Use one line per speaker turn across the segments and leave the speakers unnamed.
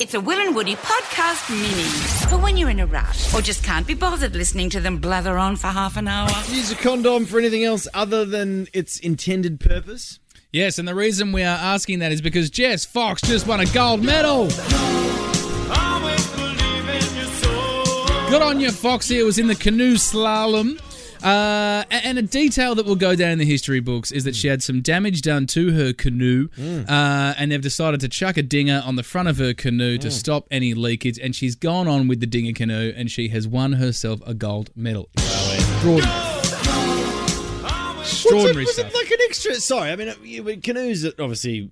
It's a Will and Woody podcast mini for when you're in a rush or just can't be bothered listening to them blather on for half an hour.
Use a condom for anything else other than its intended purpose.
Yes, and the reason we are asking that is because Jess Fox just won a gold medal. Good on you, Foxy. It was in the canoe slalom. Uh, a- and a detail that will go down in the history books is that she had some damage done to her canoe, uh, and they've decided to chuck a dinger on the front of her canoe to stop any leakage. And she's gone on with the dinger canoe, and she has won herself a gold medal. Extraordinary. Extraordinary
was it,
stuff.
Was it like an extra? Sorry, I mean, it- you- but canoes are obviously,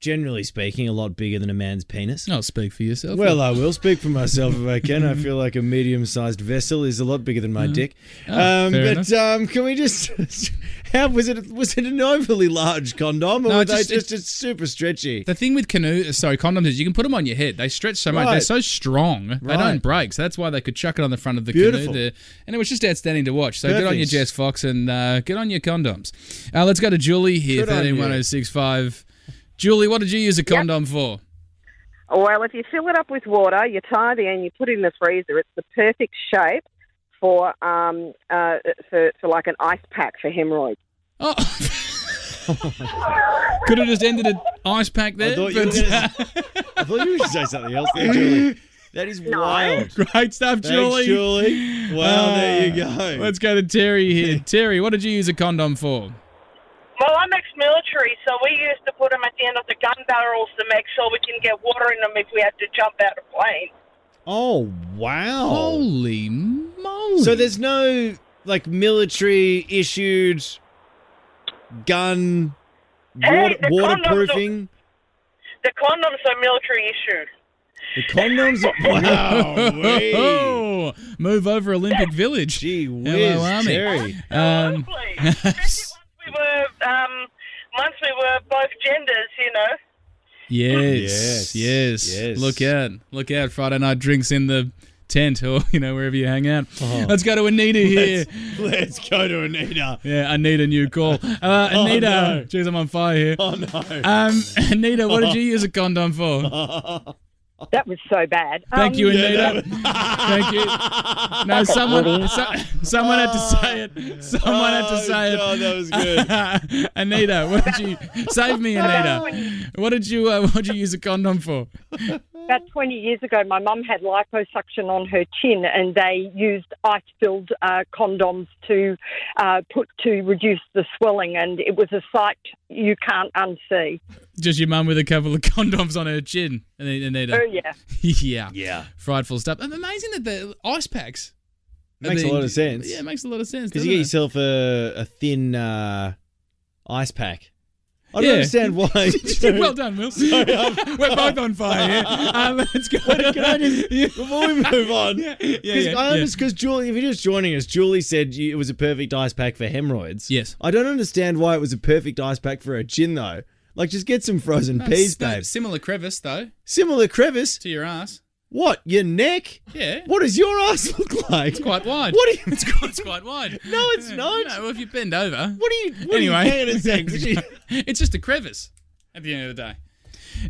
generally speaking, a lot bigger than a man's penis.
Oh, speak for yourself.
Well, I will speak for myself if I can. I feel like a medium-sized vessel is a lot bigger than my dick.
Oh,
um,
fair
but um, can we just? How was it? Was it an overly large condom, or
No,
were
it
they
just- it-
just it's super stretchy?
The thing with canoe, sorry, condoms is you can put them on your head. They stretch so much.
Right.
They're so strong. They
Right.
don't break. So that's why they could chuck it on the front of the
Beautiful.
canoe there. And it was just outstanding to watch. So good on
Perfect.
you, Jess Fox, and uh, good on your condoms. Uh, let's go to Julie here,
Good on you.
131065. Julie, what did you use a condom for?
Well, if you fill it up with water, you tie the end, you put it in the freezer. It's the perfect shape for um uh for, for like an ice pack for hemorrhoids.
Oh. could have just ended an ice pack there.
I thought you were
but-
gonna- I thought you were going to say something else, there, Julie. That is wild.
uh, Great stuff,
Thanks,
Julie.
Julie. Well,
Uh,
there you go.
Let's go to Terry here. Terry, what did you use a condom for?
Well, I'm ex-military, so we used to put them at the end of the gun barrels to make sure we can get water in them if we had to jump out of plane.
Oh wow!
Holy moly.
So there's no like military issued gun
Hey,
water,
the
waterproofing.
The condoms are military issued.
The condoms. Are, wow.
Oh, move over Olympic Village.
Gee whiz,
Hello, Army.
Terry.
Um,
Lovely. Especially once we were, um, once we were both genders, you know.
yes,
Yes,
yes, yes.
yes.
Look out. Look out. Friday night drinks in the tent or, you know, wherever you hang out.
Oh.
Let's go to Anita here.
Let's go to Anita.
Yeah, I need a new call. Uh,
Oh,
Anita.
no.
Jeez, I'm on fire here.
Oh no.
Um, Anita, what did you use a condom for?
That was so bad. Um,
Thank you,
yeah,
Anita. Thank you. No, someone, so, someone had to say it. Someone had to
Oh,
say it.
God, that was good.
Anita, what did you save me, Anita? What did you uh, what did you use a condom for?
About 20 years ago, my mum had liposuction on her chin, and they used ice filled uh, condoms to uh, put to reduce the swelling, and it was a sight you can't unsee.
Just your mum with a couple of condoms on her chin, An-
Oh,
Anita.
yeah.
yeah,
yeah.
frightful stuff. And amazing that the ice packs are
Makes a
being-
lot of sense.
Yeah, it makes a lot of sense.
Because
doesn't
you get
it?
yourself a, a thin uh, ice pack. I don't
Yeah.
understand why.
well done, Will. We're both on fire. Here. Uh, let's go.
Can I just,
Yeah.
before we move on,
Yeah, yeah,
because
yeah,
I
yeah.
because Julie, if you're just joining us, Julie said you- it was a perfect ice pack for hemorrhoids.
Yes.
I don't understand why it was a perfect ice pack for a gin though. Like, just get some frozen peas, babe.
Similar crevice though
Similar crevice.
to your ass.
What? Your neck?
Yeah.
What does your ass look like?
It's quite wide.
What are you?
It's quite, it's quite wide.
No, it's
Yeah.
not.
No, well, if you bend over.
What are you? What
anyway,
Are you, hang on a sec. Did you-
it's just a crevice at the end of the day.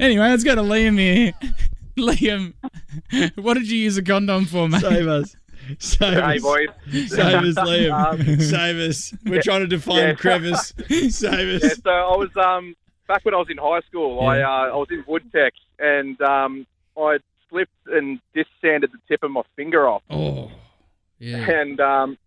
Anyway, let's go to Liam here. Liam, what did you use a condom for, mate?
Save us. Save
Hey
us.
boys, Um,
Save us, Liam. Save us. We're trying to define
yeah.
crevice. Save
yeah,
us.
so I was um back when I was in high school. I uh, I was in wood tech and um I slipped and just sanded the tip of my finger off,
Oh, yeah.
and um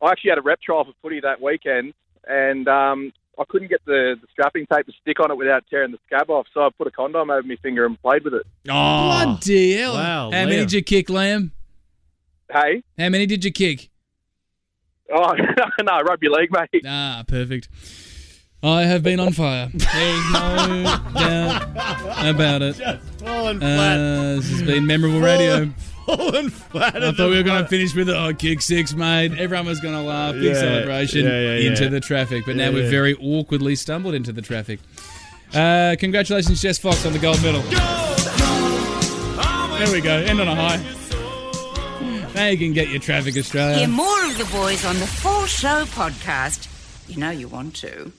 I actually had a rep trial for footy that weekend, and um I couldn't get the, the strapping tape to stick on it without tearing the scab off, so I put a condom over my finger and played with it.
Oh.
Bloody hell.
Wow,
How many
Liam.
did you kick, Liam?
Hey,
How many did you kick?
oh no, rugby league, mate.
Ah, perfect. I have been on fire. There's no doubt about it.
Just falling flat.
Uh, this has been memorable radio.
Falling flat.
I thought we were going to finish with oh, kick six, mate. Everyone was going to laugh. Big
Yeah,
celebration
yeah, yeah, yeah.
into the traffic. But
Yeah,
now we've
yeah.
very awkwardly stumbled into the traffic. Uh, congratulations, Jess Fox, on the gold medal. There we go. End on a high. Now you can get your traffic, Australia.
Hear more of the boys on the Full Show podcast. You know you want to.